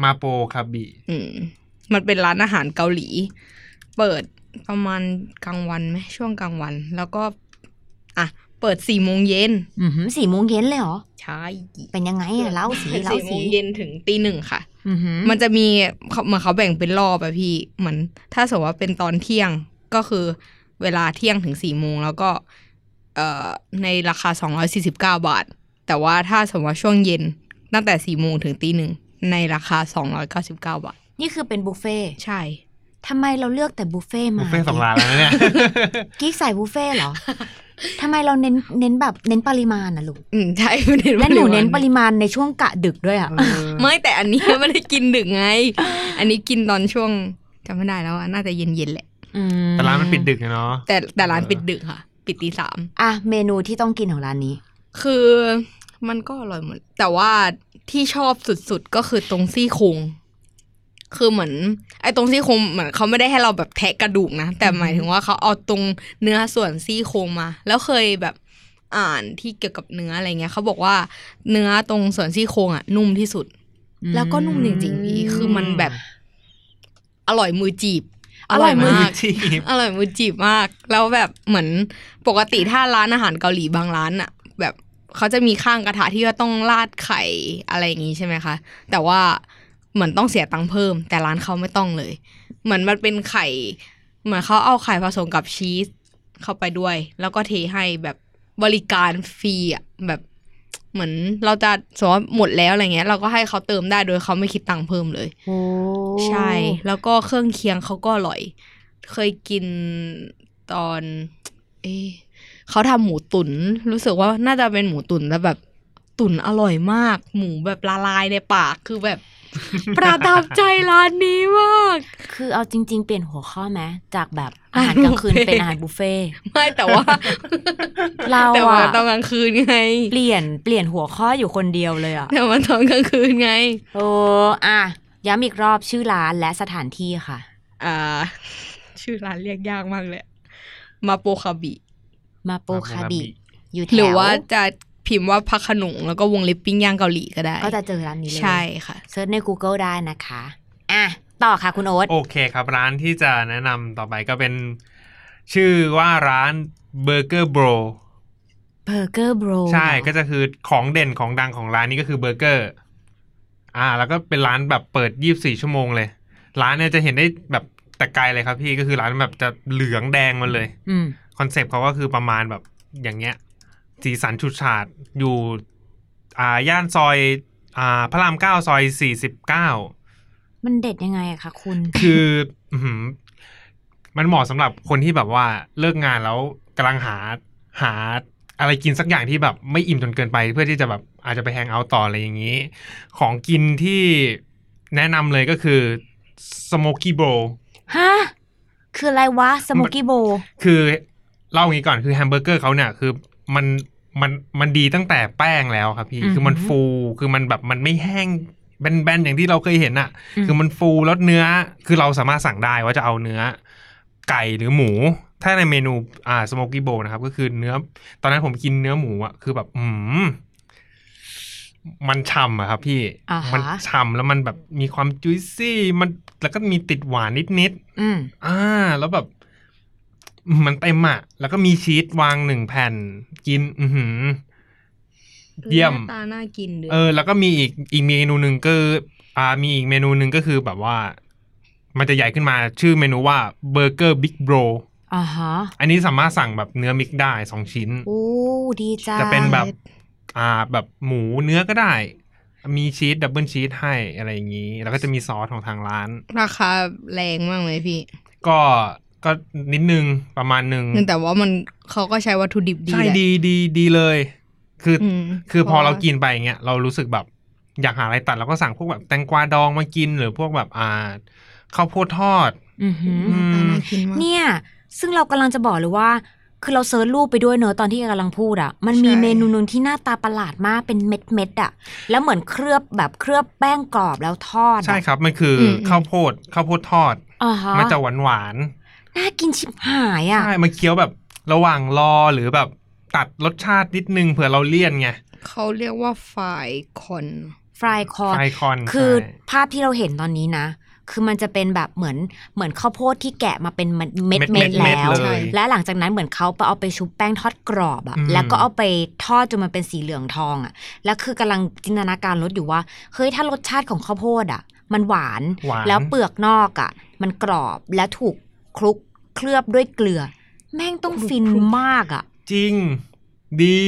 D: มาโปคาบิ
E: อืมมันเป็นร้านอาหารเกาหลี เปิดประมาณกลางวันไหมช่วงกลางวัน แล้วก็ อ่ะ เปิดสี่โมงเย็น
C: อือหือสี่โมงเย็นเลยเหรอ
E: ใช่
C: เป็นยังไงอะเล่าสีเล่า
E: สี่โม
C: สี
E: งเย็นถึงตีหนึ่งค่ะ
C: อือหือ
E: มันจะมีเขาเหมือนเขาแบ่งเป็นรอบอะพี่เหมือนถ้าสมมติว่าเป็นตอนเที่ยงก็คือเวลาเที่ยงถึงสี่โมงแล้วก็ เอ่อในราคาสองร้อยสี่สิบเก้าบาท แต่ว่าถ้าสมมติว่าช่วงเย็นตั้งแต่สี่โมงถึงตีหนึ่งในราคาสองร้อยเก้าสิบเก้าบาท
C: นี่คือเป็นบุฟเฟ่ต์
E: ใช่
C: ทำไมเราเลือกแต่บุฟเฟ่ต์มา
D: บุฟเฟ่ต์สองร้านแล้วนะเนี่ย
C: กิ๊กใส่บุฟเฟ่ต์เหรอ ทำไมเราเน้นเน้นแบบเน้นปริมาณนะลูก
E: อืมใช่ไม่ได้
C: และหนู
E: ไม่ได้
C: เน้นปริมาณในช่วงกะดึกด้วยอ่ะ
E: ไม่แต่อันนี้ ไม่ได้กินดึกไง อันนี้กินตอนช่วงจำไม่ได้แล้วอะน่าจะเย็นๆแหละ
D: แต่ร้านมันปิดดึกอะเนาะ
E: แต่แต่ร้าน
D: เออ
E: ปิดดึกค่ะ ปิดตีสาม
C: อ่ะเมนูที่ต้องกินของร้านนี้
E: คือมันก็อร่อยหมด แต่ว่าที่ชอบสุดๆก็คือตรงซี่โครงคือเหมือน ไอ้ตรงซี่โครงเหมือนเขาไม่ได้ให้เราแบบแทะกระดูกนะ แต่หมายถึงว่าเขาเอาตรงเนื้อส่วนซี่โครงมา แล้วเคยแบบอ่านที่เกี่ยวกับเนื้ออะไรเงี้ยเขาบอกว่าเนื้อตรงส่วนซี่โครงอะนุ่มที่สุด แล้วก็นุ่มจริงๆพี่คือมันแบบ อร่อยมือจีบ อร่อยมาก
D: [laughs] ที่
E: อร่อยมือจีบมาก แล้วแบบเหมือนปกติถ้าร้านอาหารเกาหลีบางร้านอะแบบเขาจะมีข้างกระทะที่ว่าต้องราดไข่อะไรอย่างงี้ใช่ไหมคะ แต่ว่าเหมือนต้องเสียตังค์เพิ่ม แต่ร้านเขาไม่ต้องเลย เหมือนมันเป็นไข่ เหมือนเขาเอาไข่ผสมกับชีสเข้าไปด้วย แล้วก็เทให้แบบบริการฟรีอ่ะแบบเหมือนเราจะสมมติว่าหมดแล้วอะไรเงี้ย เราก็ให้เขาเติมได้โดยเขาไม่คิดตังค์เพิ่มเลย
C: โอ้
E: ใช่ แล้วก็เครื่องเคียงเขาก็อร่อย เคยกินตอน เอะเขาทำหมูตุน๋นรู้สึกว่าน่าจะเป็นหมูตุ๋นแล้วแบบตุ๋นอร่อยมาก หมูแบบละลายในปากคือ
C: [laughs]
E: แบบ ประทับใจร้านนี้มาก
C: คือเอาจริง ๆ เปลี่ยนหัวข้อไหมจากแบบอาหารกลางคืนเป็นอาหารบุฟเฟ่ต์
E: ไม่แต่ว่า
C: เรา
E: [laughs] แต่ว่า
C: อะ
E: ตอนกลางคืนไง
C: เปลี่ยนเปลี่ยนหัวข้ออยู่คนเดียวเลยอ่ะ
E: แต่ว่าตอนกลางคืนไง
C: โอ้อ่ะ ย้ำอีกรอบชื่อร้านและสถานที่ค่ะ
E: อ่า ชื่อร้านเรียกยากมากเลย มาโปคาบิ
C: มาโปคาบิ อยู่แถว
E: หรือว่าจะพิมพ์ว่าพักขนงแล้วก็วงเล็บปิ้งย่างเกาหลีก็ได้
C: ก็จะเจอร้านนี้เลย
E: ใช่ค่ะ
C: เซิร์ชใน Google ได้นะคะ อ่ะ ต่อค่ะคุณโอ๊ต
D: โอเคครับ ร้านที่จะแนะนำต่อไปก็เป็น ชื่อว่าร้านเบอร์เกอร์บร
C: Burger Bro
D: ใช่ก็จะคือของเด่นของดังของร้านนี้ก็คือเบอร์เกอร์ อ่า แล้วก็เป็นร้านแบบเปิด 24 ชั่วโมงเลย ร้านเนี่ยจะเห็นได้แบบแต่ไกลเลยครับพี่ก็คือร้านแบบจะเหลืองแดงมาเลย
C: อืม
D: คอนเซปต์เขาก็คือประมาณแบบอย่างเงี้ย สีสันฉูดฉาดอยู่อ่าย่านซอยอ่าพระรามเก้าซอยสี่สิบเก้า
C: มันเด็ดยังไงอะคะคุณ
D: คืออื้อหือมันเหมาะสำหรับคนที่แบบว่าเลิกงานแล้วกำลังหาหาอะไรกินสักอย่างที่แบบไม่อิ่มจนเกินไป เพื่อที่จะแบบอาจจะไปแฮงเอาท์ต่ออะไรอย่างนี้ ของกินที่แนะนำเลยก็คือ smoky bowl
C: ฮะ คืออะไรวะสโมกี้โบ
D: คือเล่าอย่างนี้ก่อนคือแฮมเบอร์เกอร์เขาเนี่ยคือมันมันมันดีตั้งแต่แป้งแล้วครับพี่
C: อือฮึ
D: คือมันฟูคือมันแบบมันไม่แห้งแบนๆอย่างที่เราเคยเห็นอะ่ะ คือมันฟูแล้วเนื้อคือเราสามารถสั่งได้ว่าจะเอาเนื้อ ไก่หรือหมู ถ้าในเมนูอ่าสโมกี้โบนะครับ ก็คือเนื้อ ตอนนั้นผมกินเนื้อหมูอะ่ะคือแบบอืมมันฉ่ำอะครับพี่
C: อ่าฮะ
D: มันฉ่ำแล้วมันแบบมีความจุยซี่มันแล้วก็มีติดหวานนิดๆ
C: อืม
D: อ่า แล้วแบบ มันเต็มอ่ะ แล้วก็มีชีสวางหนึ่งแผ่น กิน อือหือ เยี่ยม
E: หน้าตาน่ากินเลย
D: เออ แล้วก็มีอีกอีกเมนูหนึ่งก็อ่า มีอีกเมนูหนึ่งก็คือแบบว่า มันจะใหญ่ขึ้นมาชื่อเมนูว่าเบอร์เกอร์บิ๊กโบร
C: อ่าฮะ
D: อันนี้สามารถสั่งแบบเนื้อมิกซ์ได้สองชิ้น
C: โอ้ ดีจัง
D: จะเป็นแบบ อ่า แบบหมูเนื้อก็ได้ มีชีสดับเบิลชีสให้อะไรอย่างนี้ แล้วก็จะมีซอสของทางร้าน
E: ราคาแรงมากไหมพี่
D: ก็ก็นิดนึงประมาณนึง
E: แต่ว่ามันเขาก็ใช้วัตถุดิบดี
D: ใช่
E: แหละ
D: ดีดีดีเลย คืออ
E: อืม
D: คือพอเรา
E: ว่
D: กินไปอย่างเงี้ยเรารู้สึกแบบอยากหาอะไรตัดเราก็สั่งพวกแบบแตงกวาดองมากินหรือพวกแบบอ่าข้าวโพดทอด
C: อือหือ
D: ม
E: น่ากินมาก
C: เนี่ย ซึ่งเรากำลังจะบอกเลยว่า คือเราเซิร์ชรูปไปด้วยเนอะตอนที่กำลังพูดอะมันมี
E: ใช่
C: เมนูหนึ่งที่หน้าตาประหลาดมากเป็นเม็ดเม็ดๆอะแล้วเหมือนเคลือบแบบเคลือบแป้งกรอบแล้วทอดอะ
D: ใช่ครับมันคืออ
E: ม
D: ข้าวโพดข้าวโพดทอด
C: อ่าฮะ
D: มันจะหวานหวาน
C: น่ากินชิบหาย
D: ๆ
C: อะ
D: ใช่มันเคี้ยวแบบระหว่างรอหรือแบบตัดรสชาตินิดนึงเผื่อเราเลี่ยนไง
E: เขาเรียกว่าฝ่ายคอน
C: ฟรายคอร์
D: ไอคอน
C: คือ
D: ใช่
C: ภาพที่เราเห็นตอนนี้นะ คือมันจะเป็นแบบเหมือนเหมือนข้าวโพดที่แกะมาเป็นเม็ด
D: เม็
C: เม็
D: ด
C: ด
D: เม็ด
C: แล้ว
D: เลย
C: และหลังจากนั้นเหมือนเขาไปเอาไปชุบแป้งทอดกรอบอะแล้วก็เอาไปทอดจนมันเป็นสีเหลืองทองอะแล้วคือกำลังจินตนาการรสอยู่ว่าเฮ้ยถ้ารสชาติของข้าวโพดอะมันหวาน
D: หวาน
C: แล้วเปลือกนอกอะมันกรอบและถูกคลุกเคลือบด้วยเกลือ แม่งต้องฟิน
E: คลุก
C: มากอะ
D: จริง ดี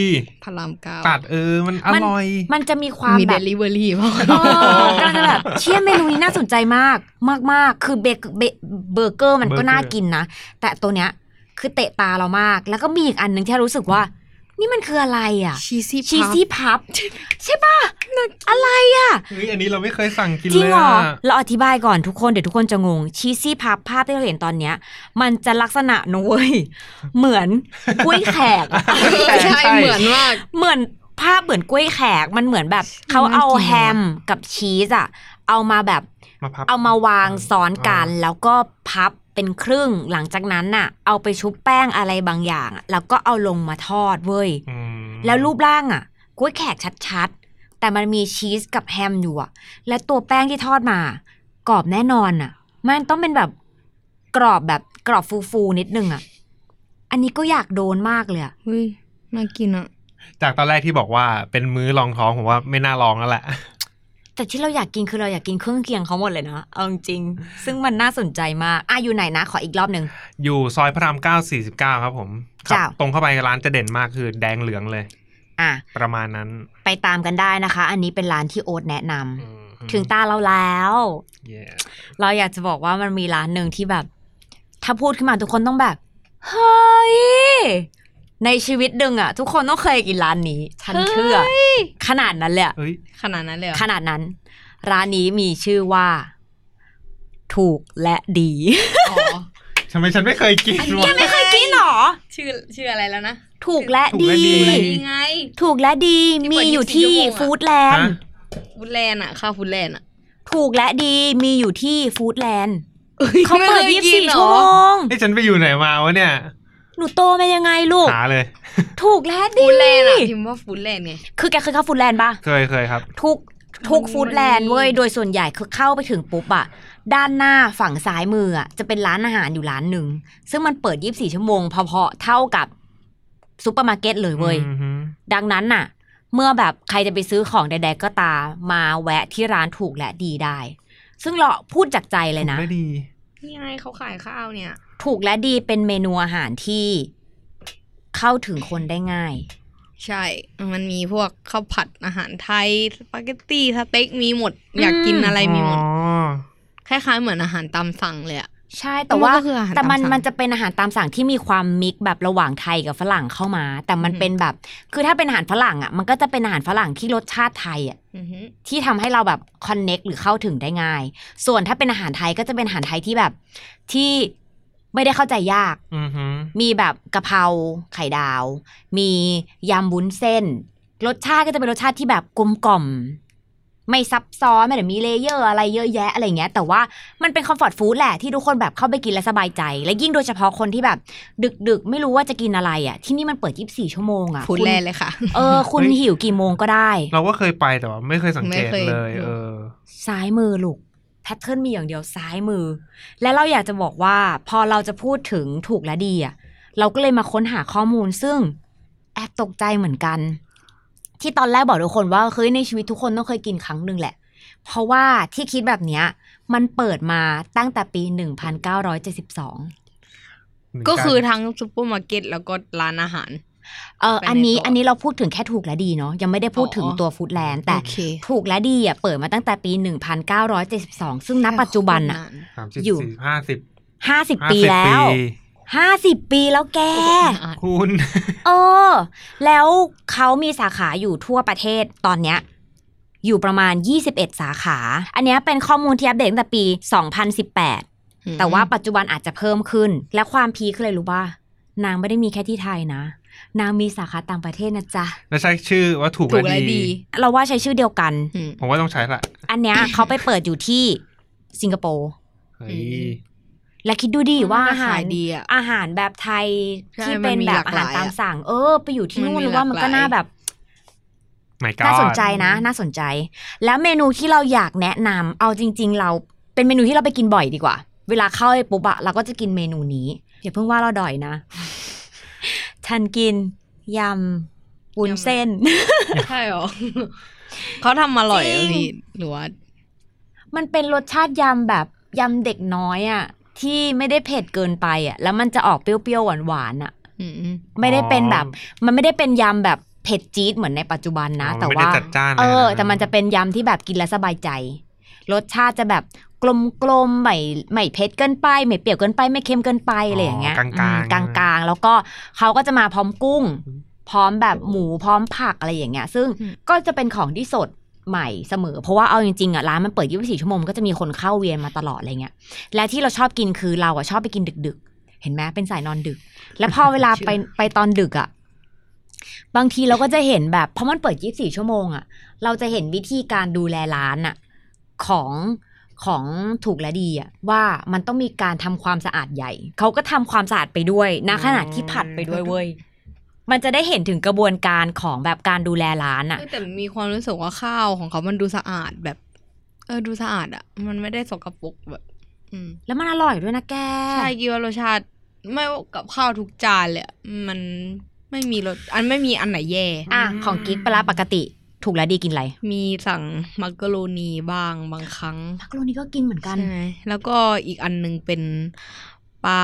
E: พารามเก้า
D: ตัดเออมันอร่อย
C: มันจะมีความ
E: มี
C: แบ
E: เด
C: บ
E: ลิเวอรี่ป่ะ
C: เออกำลังจะแบบเชี่ยเมนูนี้น่าสนใจมากมากมากๆ คือเบเกเบเบอร์เกอร์มัน
D: เบอ
C: ก็
D: ร์เกอร์
C: น่ากินนะ แต่ตัวเนี้ยคือเตะตาเรามาก แล้วก็มีอีกอันหนึ่งที่เรารู้สึกว่า นี่มันคืออะไรอ่ะ
E: ชีซี่
C: ชีซี่พับ ใช่ป่ะ อะไรอ่ะ
D: เฮ้ยอันนี้เราไม่เคยสั่งกิน
C: จริ
D: เล
C: ง
D: ย
C: เหรอ
D: อะ
C: เราอธิบายก่อนทุกคนเดี๋ยวทุกคนจะงงชีซี่พับภาพที่เราเห็นตอนเนี้ย มันจะลักษณะนะเว้ยเหมือนกล้วยแขกอะ
E: ใช่เหมือนมาก
C: เหมือนภาพเหมือนกล้วยแขกมันเหมือนแบบเขาเอา
E: น่ากินอะ
C: แฮมกับชีสอะเอามาแบบ
D: มาพับ
C: เอามาวางซ้อนกัน
D: อ่า
C: แล้วก็พับเป็นครึ่งหลังจากนั้นน่ะ เอาไปชุบแป้งอะไรบางอย่างอะแล้วก็เอาลงมาทอดเว้ย
D: อืม
C: แล้วรูปร่างอ่ะกล้วยแขกชัดๆ แต่มันมีชีสกับแฮมอยู่อ่ะ และตัวแป้งที่ทอดมากรอบแน่นอนอ่ะ มันต้องเป็นแบบกรอบแบบกรอบฟูๆนิดนึงอ่ะ อันนี้ก็อยากโดนมากเลยอะ
E: เฮ้ยน่ากินอ่ะ
D: จากตอนแรกที่บอกว่าเป็นมื้อรองท้องผมว่าไม่น่าลองแล้วแหละ [laughs]
C: แต่ที่เราอยากกินคือเราอยากกินเครื่องเคียงเขาหมดเลยนะเอาจริงๆซึ่งมันน่าสนใจมากอ่ะอยู่ไหนนะขออีกรอบหนึ่ง
D: อยู่ซอยพระรามเก้าสี่สิบเก้าครับผม
C: จ้ะ
D: ขับตรงเข้าไปร้านจะเด่นมากคือแดงเหลืองเลย
C: อ่ะ
D: ประมาณนั้น
C: ไปตามกันได้นะคะ อันนี้เป็นร้านที่โอ๊ตแนะนำ
D: อืม
C: ถึงตาเราแล้ว
D: เย่
C: เราอยากจะบอกว่ามันมีร้านหนึ่งที่แบบ ถ้าพูดขึ้นมาทุกคนต้องแบบ เฮ้ย ในชีวิตดึงอะทุกคนต้องเคยกินร้านนี้ ฉันเชื่อ
E: เฮ้ย
C: ขนาดนั้นเลยอะ
D: เอ้ย
E: ขนาดนั้นเลยเหรอ
C: ขนาดนั้น ร้านนี้มีชื่อว่า ถูกและดี
E: อ๋อ
D: ทำไมฉันไม่เคยกิน
E: อัน
D: วะ
E: เนี้ย
C: ไม่เคยกินหรอ
E: ชื่อชื่ออะไรแล้วนะ
C: ถูกและ
D: ถูก
C: ดี
D: และดี
E: ดีไง
C: ถูกและดีมีอยู่ที่ฟู้ดแลนด์
D: ฮะ
E: ฟูดแลนด์อ่ะ ข้าวฟูดแลนด์อ่ะ
C: ถูกและดีมีอยู่ที่ฟู้ดแลนด์
E: อ้ย
C: เขาเปิด
E: ไม่คยกิน
C: 24
E: เหรอ
C: ชั่วโมง
D: ไอ้ยฉันไปอยู่ไหนมาวะเนี่ย
C: หนูโตมายังไงลูก
D: หาเลย
C: ถูกแล้วดิ
E: ฟูดแลนด์อ่ะพิมพ์ว่าฟูดแลนด์ไง
C: คือแกเคยเข้าฟูดแลนด์ปะ
D: เคยเคยครับ
C: ทุกทุก
E: อืม
C: ฟูดแลนด์เว้ย
E: มันมี
C: โดยส่วนใหญ่คือเข้าไปถึงปุ๊บอะด้านหน้าฝั่งซ้ายมืออะจะเป็นร้านอาหารอยู่ร้านหนึ่ง ซึ่งมันเปิด 24 ชั่วโมงพอๆเท่ากับซูเปอร์มาร์เก็ตเลยเว้ย
D: อือหือ
C: ดังนั้นน่ะ เมื่อแบบใครจะไปซื้อของใด ๆ ก็ตามมาแวะที่ร้านถูกและดีได้ ซึ่งเราพูดจากใจเลยนะ
D: ไม่ดี
E: นี่ไงเขาขายข้าวเนี่ย
C: ถูกและดีเป็นเมนูอาหารที่เข้าถึงคนได้ง่าย
E: ใช่ มันมีพวกข้าวผัดอาหารไทยสปาเกตตี้สเต็กมีหมด อยากกินอะไรมีหมด
D: อ๋อ
E: คล้ายๆเหมือนอาหารตามสั่งเลยอะ
C: ใช่แต่ว่า
E: ก็คืออาหาร
C: แต่มัน
E: ตามสั่ง
C: มันจะเป็นอาหารตามสั่งที่มีความมิกซ์แบบระหว่างไทยกับฝรั่งเข้ามา แต่มัน
E: อืม
C: เป็นแบบ คือถ้าเป็นอาหารฝรั่งอ่ะมันก็จะเป็นอาหารฝรั่งที่รสชาติไทยอ่ะ
E: อือฮึ
C: ที่ทำให้เราแบบคอนเน็กหรือเข้าถึงได้ง่าย ส่วนถ้าเป็นอาหารไทยก็จะเป็นอาหารไทยที่แบบที่ไม่ได้เข้าใจยาก
D: อือฮึ
C: มีแบบกะเพราไข่ดาว มียำบุ้นเส้น รสชาติก็จะเป็นรสชาติที่แบบกลมกล่อม ไม่ซับซ้อนไม่ได้มีเลเยอร์อะไรเยอะแยะอะไรเงี้ย แต่ว่ามันเป็นคอมฟอร์ตฟู้ดแหละที่ทุกคนแบบเข้าไปกินแล้วสบายใจ และยิ่งโดยเฉพาะคนที่แบบ ดึกๆ ไม่รู้ว่าจะกินอะไรอ่ะ ที่นี่มันเปิด 24 ชั่วโมงอ่ะ
E: พูด
C: คุณ
E: แรกเลยค่ะ
C: เออ คุณหิวกี่โมงก็ได้
D: เราก็เคยไปแต่ว่าไม่เคยสังเกต
E: ไม่เคย
D: เลย เออ
C: ซ้ายมือลูกแพทเทิร์นมีอย่างเดียวซ้ายมือ และเราอยากจะบอกว่าพอเราจะพูดถึงถูกและดีอ่ะเราก็เลยมาค้นหาข้อมูลซึ่งแอบตกใจเหมือนกัน ที่ตอนแรกบอกทุกคนว่าเฮ้ยในชีวิตทุกคนต้องเคยกินครั้งหนึ่งแหละ เพราะว่าที่คิดแบบเนี้ยมันเปิดมาตั้งแต่ปี 1972
E: ก็คือทั้งซูเปอร์มาร์เก็ตแล้วก็ร้านอาหาร
C: เออ
E: ไปใน
C: อันนี้
E: ตัว
C: อันนี้เราพูดถึงแค่ถูกและดีเนาะยังไม่ได้พูดถึง
E: อ๋อ
C: ตัวฟู้ดแลนด์แต่
E: โอเค
C: ถูกและดีอ่ะเปิดมาตั้งแต่ปี 1972 ซึ่งณปัจจุบันอ่ะ
D: สามสิบ
C: อยู่
D: สี่ห้าสิบ
C: 50
D: ห้า
C: ปี
D: สิบ
C: แล้ว ห้าสิบปีแล้วแก
E: อ่ะ
D: คุณ [laughs]
C: เออ แล้วเขามีสาขาอยู่ทั่วประเทศตอนเนี้ย อยู่ประมาณ 21 สาขา อันเนี้ยเป็นข้อมูลที่อัปเดตตั้งแต่ปี 2018 แต่ว่าปัจจุบันอาจจะเพิ่มขึ้น และความพีคคืออะไรรู้ป่ะ นางไม่ได้มีแค่ที่ไทยนะ นางมีสาขาต่างประเทศนะจ๊ะ
D: แล้วใช้ชื่อว่าถูก
E: ถูกและดี
C: เราว่าใช้ชื่อเดียวกัน
E: อืม
D: ผมว่าต้องใช้ละ
C: อันเนี้ย เขาไปเปิดอยู่ที่สิงคโปร์
D: เฮ้ย
E: อืม
C: และคิดดูดิว่าอาหาร
E: ขยดีอ่ะ
C: อาหารแบบไทย
E: ใช่
C: ที่เป็นแบบอาหาร
E: มันมีหลากหลายอะ
C: ตามสั่ง เออ ไปอยู่ที่นู่
E: มัน
C: ห
E: นมี
C: รือว่ามันก็
E: หลากหลาย
C: น่าแบบ
D: My God
C: น่าสนใจนะ น่าสนใจ แล้วเมนูที่เราอยากแนะนำเอาจริง ๆ เราเป็นเมนูที่เราไปกินบ่อยดีกว่า เวลาเข้าไปปุ๊บอะเราก็จะกินเมนูนี้อย่าเพิ่งว่าเราดอยนะ [laughs] ฉันกินยำวุ้นเส้น [laughs]
E: ใช่หร [laughs] อ เขาทำอร่อย
C: จริง
E: พี่หรือว่า
C: มันเป็นรสชาติยำแบบยำเด็กน้อยอะที่ไม่ได้เผ็ดเกินไปอะแล้วมันจะออกเปรี้ยวๆหวานๆอะ
E: อืม
C: ไม่ได้เป็นแบบ
D: อ๋
C: มันไม่ได้เป็นยำแบบเผ็ดจี๊ดเหมือนในปัจจุบันนะ
D: อ๋อ
C: แต่
D: มันไม่
C: ว่า
D: ได้จัดจ้าน
C: เออ
D: เลยนะ
C: แต่มันจะเป็นยำที่แบบกินแล้วสบายใจ รสชาติจะแบบกลมกลมๆไม่ไม่เผ็ดเกินไป ไม่เปรี้ยวเกินไป ไม่เค็มเกินไปอะไรอย่างเงี้ย
D: กลางๆ
C: อืมกลางๆ แล้วก็เขาก็จะมาพร้อมกุ้ง พร้อมแบบหมูพร้อมผักอะไรอย่างเงี้ย ซึ่ง
E: อืม
C: ก็จะเป็นของที่สดใหม่เสมอ เพราะว่าเอาจริงๆอ่ะร้านมันเปิด 24 ชั่วโมงมันก็จะมีคนเข้าเวียนมาตลอดอะไรเงี้ย และที่เราชอบกินคือเราอ่ะชอบไปกินดึก ๆ เห็นไหมเป็นสายนอนดึก แล้วพอเวลาไปไปตอนดึกอ่ะ บางทีเราก็จะเห็นแบบเพราะมันเปิด 24 ชั่วโมงอ่ะ เราจะเห็นวิธีการดูแลร้านอ่ะของของถูกและดีอ่ะว่ามันต้องมีการทำความสะอาดใหญ่ เขาก็ทำความสะอาดไปด้วยนะขณะที่ผัดไปด้วยเว้ย มันจะได้เห็นถึงกระบวนการของแบบการดูแลร้านอ่ะ
E: เอ้ยแต่มีความรู้สึกว่าข้าวของเขามันดูสะอาดแบบ เออดูสะอาดอ่ะ มันไม่ได้สกปรกแบบ อืม
C: แล้วมันอร่อยด้วยนะแก
E: ใช่กินว่ารสชาติ ไม่ว่ากับข้าวทุกจานเลยอะมันไม่มีรสอันไม่มีอันไหนแย่
C: อ่ะ ของกิ๊กปลาร้าปกติถูกและดีกินอะไร
E: มีสั่งมักกะโรนีบ้างบางครั้ง
C: มักโรนีก็กินเหมือนกัน
E: ใช่ไหมแล้วก็อีกอันหนึงเป็นปลา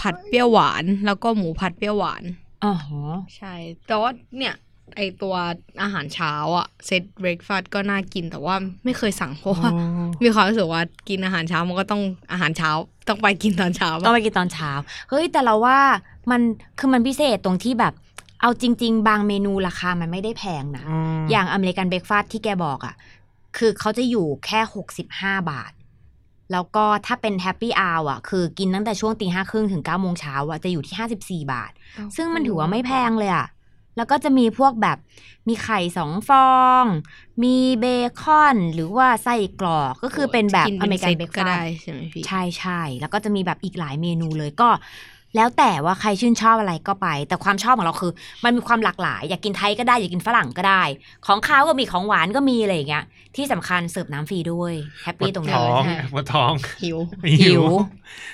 E: ผัดเปรี้ยวหวาน แล้วก็หมูผัดเปรี้ยวหวาน
C: อ๋อ
E: ใช่ แต่ว่าเนี่ยไอตัวอาหารเช้าอะเซตเบรกฟาสก็น่ากินแต่ว่าไม่เคยสั่งเพราะว่า มีความรู้สึกว่ากินอาหารเช้ามันก็ต้องอาหารเช้า ต้องไปกินตอนเช้า
C: ต้อ
E: ปะ
C: งไปกินตอนเช้า เฮ้ย แต่เราว่ามันคือมันพิเศษตรงที่แบบ เอาจริง ๆ บางเมนูราคามันไม่ได้แพงนะ
D: ม
C: อย่างอเมริกันเบรกฟาสที่แกบอกอะ่ะ คือเขาจะอยู่แค่ 65 บาท แล้วก็ถ้าเป็นแฮปปี้อ r อ่ะ คือกินตั้งแต่ช่วงตีห้าครึ่งถึง9ก้าโมงเช้าอ่ะ จะอยู่ที่ 54 บาท ซึ่งมันถือว่าไม่แพงเลยอะแล้วก็จะมีพวกแบบมีไข่สองฟอง มีเบคอน หรือว่าไส้กรอก ก็คือเป็นแบบ
E: กิ
C: อเมริกัน
E: ซต
C: เบรก
E: ก็
C: ฟาส
E: ได้ใช่ไหมพี่
C: ใช่ใช่ แล้วก็จะมีแบบอีกหลายเมนูเลยก็ แล้วแต่ว่าใครชื่นชอบอะไรก็ไป แต่ความชอบของเราคือ มันมีความหลากหลาย อยากกินไทยก็ได้อยากกินฝรั่งก็ได้ ของข้าวก็มีของหวานก็มีอะไรอย่างเงี้ยที่สำคัญเสิร์ฟน้ำฟรีด้วยแฮป
D: ปว
C: ปี้
D: ด
C: ตรงนั้
D: ท้
C: น
D: อง
C: ใช่
D: ปวดท้อง
E: หิว
C: [laughs] หิ
E: [laughs]
C: ว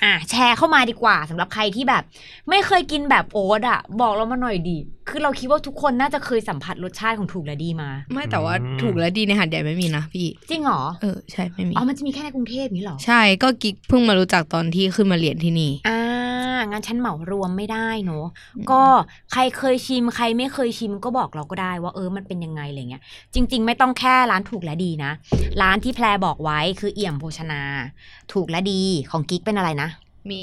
C: อ่ะแชร์เข้ามาดีกว่าสำหรับใครที่แบบ ไม่เคยกินแบบโอ๊ตอ่ะ บอกเรามาหน่อยดี คือเราคิดว่าทุกคนน่าจะเคยสัมผัสรสชาติของถูกและดีมา
E: ไม่แต่ว่าถูกและดีในหาดใหญ่ไม่มีนะพี่
C: จริงเหรอ
E: เออใช่ไม่มี
C: อ๋อ มันจะมีแค่ในกรุงเทพนี้เหรอ
E: ใช่ก็กิ๊กเพิ่งมารู้จักตอนที่ขึ้นมาเรียนที่นี่
C: อ่า งั้นฉันเหมารวมไม่ได้เนอะ
E: อืม
C: ก็ใครเคยชิม ใครไม่เคยชิมก็บอกเราก็ได้ว่าเออ มันเป็นยังไงอะไรเงี้ย จริง ๆ ไม่ต้องแค่ร้านถูกและดีนะ ร้านที่แพรบอกไว้คือเอี่ยมโภชนา ถูกและดีของกิ๊กเป็นอะไรนะ
E: มี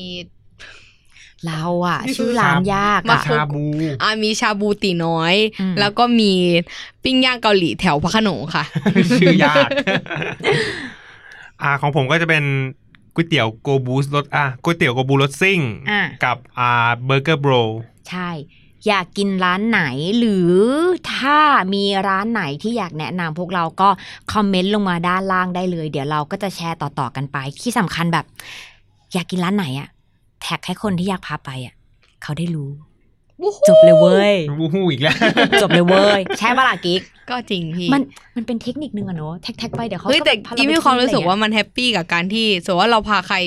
C: เราอะชื่อร้านยากอะ
D: ชาบู
E: อ่ามีชาบูตีน้อย
C: อืม
E: แล้วก็มีปิ้งย่างเกาหลีแถวพระโขนงค่ะ
D: ชื่อยากอ่าของผมก็จะเป็นก๋วยเตี๋ยวโกบูสรสอ่ะก๋วยเตี๋ยวโกบูรสซิ่ง
C: อ่ะ
D: กับอ่าเบอร์เกอร์โบร
C: ใช่ อยากกินร้านไหนหรือถ้ามีร้านไหนที่อยากแนะนำพวกเราก็คอมเมนต์ลงมาด้านล่างได้เลย เดี๋ยวเราก็จะแชร์ต่อๆกันไป ที่สำคัญแบบ อยากกินร้านไหนอะแท็กให้คนที่อยากพาไปอะเขาได้รู้ จบเลยเว้ย [laughs]
D: วู้ฮู้อีกแล้ว
C: จบเลยเว้ยใช่ปะล่ะกิ๊ก
E: ก็จริงพี่
C: มันมันเป็นเทคนิคนึงอะเนาะแท็กๆไปเดี๋ยวเขา
E: เฮ้ยแต่
C: พเร
E: กิ๊ก
C: ไป
E: มีความรู้สึก
C: ที่อะไรเงี้ย
E: ว่ามันแฮปปี้กับการที่สมมติว่าเราพาใคร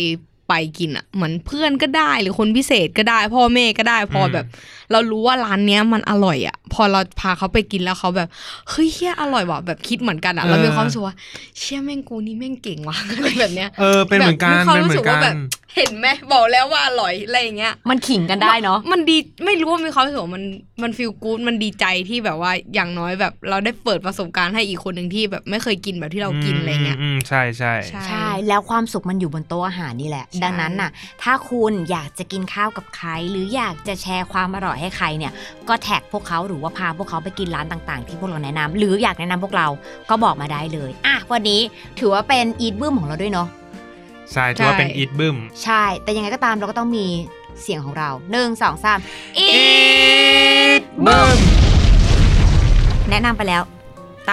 E: ไปกินอ่ะเหมือนเพื่อนก็ได้หรือคนพิเศษก็ได้ พ่อแม่ก็ได้พออ
D: ม
E: แบบ เรารู้ว่าร้านเนี้ยมันอร่อยอ่ะ พอเราพาเขาไปกินแล้วเขาแบบเฮ้ยเฮียอร่อยว่ะแบบคิดเหมือนกันอ่ะเรามีความรู้สึกว่าเชี่ยแม่งกูนี่แม่งเก่ง
C: [laughs]
E: ว่ะอะไรแบบเนี้ย
D: เออ เป็นเหมือนกัน
E: แบบ
D: เป็น
E: มีควา
D: เหมื
E: มรู้
D: อ
E: สึก
D: นกั
E: ว่าแบบ
D: น
E: เห็นไหมบอกแล้วว่าอร่อยอะไรอย่างเงี้ย
C: มันขิงกันได้เนาะ
E: มันดีไม่รู้ว่ามีความรู้สึกว่ามันมันฟีลกู๊ดมันดีใจที่แบบว่าอย่างน้อยแบบ เราได้เปิดประสบการณ์ให้อีกคนหนึ่งที่แบบไม่เคยกินแบบที่เรากินอะไรเงี้ย
D: มมมใช่ใช่
C: ใช่ แล้วความสุขมันอยู่บนโต๊ะอาหารนี่แหละ
E: ใช่
C: ดังนั้นน่ะ ถ้าคุณอยากจะกินข้าวกับใคร หรืออยากจะแชร์ความอร่อยให้ใครเนี่ย ก็แท็กพวกเขาหรือว่าพาพวกเขาไปกินร้านต่างๆ ที่พวกเราแนะนำหรืออยากแนะนำพวกเราก็บอกมาได้เลย อ่ะ วันนี้ถือว่าเป็นอีทบึ้มของเราด้วยเนาะ
D: ใช่ถือว่าเป็นอีทบึ้ม
C: ใช่ แต่ยังไงก็ตามเราก็ต้องมีเสียงของเราหนึ่งสองสามอีทบึ้มแนะนำไปแล้ว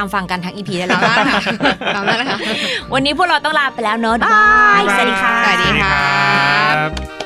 C: ตามฟังกันทั้งอีพีได้
E: ตา
C: แล้
E: ม
C: ว [laughs]
E: นั้นค่ะตามนั้นค่ะ
C: วันนี้พวกเราต้องลาไปแล้วเนอะบ๊ายบายสวัสดีค่ะ
E: สวัสดีค่ะ
D: สวัสดีครับ